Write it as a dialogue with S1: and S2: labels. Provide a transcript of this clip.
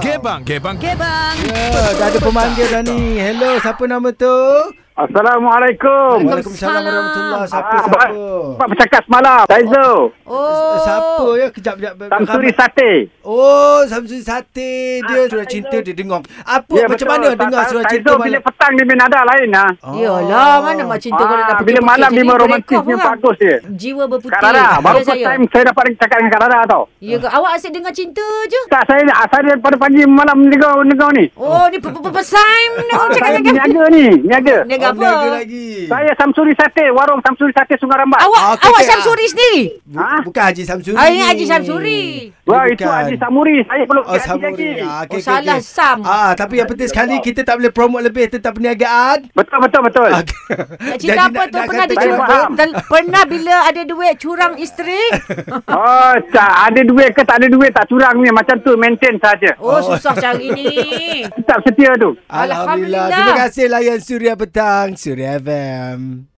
S1: Gebang, Gebang.
S2: Gebang.
S3: Ya, dah ada pemanggil dah ni. Hello, siapa nama tu?
S4: Assalamualaikum.
S3: Waalaikumsalam warahmatullahi Siapa
S4: Ah,
S3: siapa?
S4: Pak bercakap semalam. Taizo.
S2: Oh.
S3: Siapa ya? Kejap kejap.
S4: Samsuri Sate.
S3: Oh, Samsuri Sate. Dia surat cinta dia dengar. Apa
S4: Ya,
S3: macam
S4: betul.
S3: mana dengar
S4: Ta- Ta-
S3: surat
S4: Taizo
S3: cinta
S4: bila
S3: malam?
S4: petang dia main nada lain lah.
S3: Oh.
S2: Yalah, mana mak cinta kalau nak
S4: Ah, bila
S2: putih-putih.
S4: malam
S2: Jadi
S4: memang
S2: boleh
S4: romantis,
S2: cough
S4: dia
S2: orang.
S4: bagus dia.
S2: Jiwa berputih.
S4: Kak Rara. Baru
S2: Ya,
S4: first
S2: saya.
S4: time saya dapat cakap dengan Kak Rara tau.
S2: Ya ke? Awak asyik dengar cinta je.
S4: Tak, saya, ah, saya daripada pagi malam dengar, dengar ni.
S2: Oh, ni first time nak
S4: Ah,
S2: orang Oh, cakap
S4: saya
S2: dengan
S4: niaga ni, niaga.
S2: Niaga
S3: Oh, niaga
S2: apa?
S3: lagi.
S4: Saya Samsuri Sate, warung Samsuri Sate Sungai Rambat.
S2: Awak
S3: Ah, okey,
S2: awak
S3: okey,
S2: Samsuri sendiri.
S3: Bu-
S4: Ha?
S3: Bukan Haji Samsuri.
S2: Ah, ingat Haji Samsuri.
S3: Dia
S4: Wah, itu
S3: bukan.
S4: Haji Samuri. Saya belum
S3: Oh,
S4: sihat lagi.
S3: Samuri. Ah,
S2: Oh,
S3: okay,
S2: salah, Sam.
S3: Ah, tapi yang penting sekali kita tak boleh promote lebih tentang perniagaan.
S4: Betul, betul, betul.
S3: Ah,
S2: Nak cerita apa tu pernah
S3: kata
S2: ada
S4: saya
S2: curang
S4: faham.
S2: dan- pernah bila ada duit curang isteri?
S4: Oh, tak ada duit ke tak ada duit tak curang ni. Macam tu maintain saja.
S2: Oh, susah cari ni.
S4: Tetap setia tu.
S3: Alhamdulillah. Terima
S2: Alhamdulillah.
S3: kasih layan Suria Petang, Suria FM.